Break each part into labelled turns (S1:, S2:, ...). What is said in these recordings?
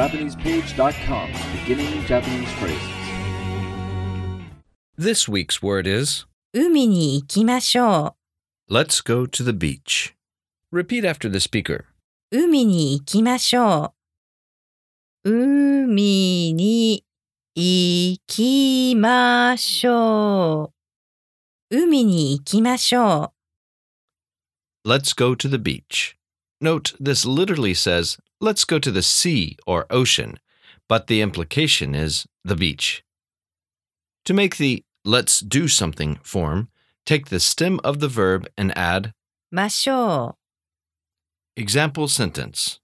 S1: JapanesePage.com, beginning Japanese phrases.
S2: This week's word is
S3: 海に行きましょ
S2: Let's go to the beach. Repeat after the speaker.
S3: う。海に行きましょう。海に行きましょう。海に行きましょ
S2: Let's go to the beach. Note this literally says, let's go to the sea or ocean, but the implication is the beach. To make the let's do something form, take the stem of the verb and add
S3: う。ましょ
S2: example sentence.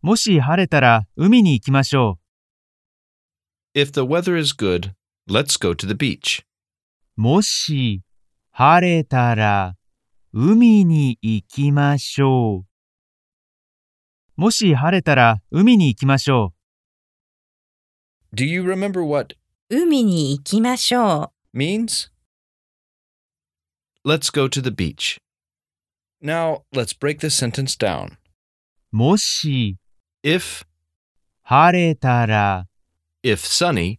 S4: もし晴れたら海に行きましょ
S2: If the weather is good, let's go to the beach.
S4: う。もし晴れたら海に行きましょう。もし晴れたら海に行きましょう。
S2: Do you remember what
S3: う。海に行きましょう。
S2: means? Let's go to the beach. Now, let's break this sentence down.
S4: もし
S2: If,
S4: 晴れたら
S2: if sunny,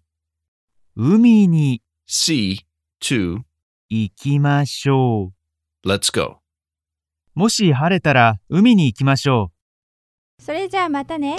S4: 海に
S2: see, to,
S4: 行きましょ
S2: let's go.
S4: う。もし晴れたら海に行きましょう。
S5: それじゃあまたね。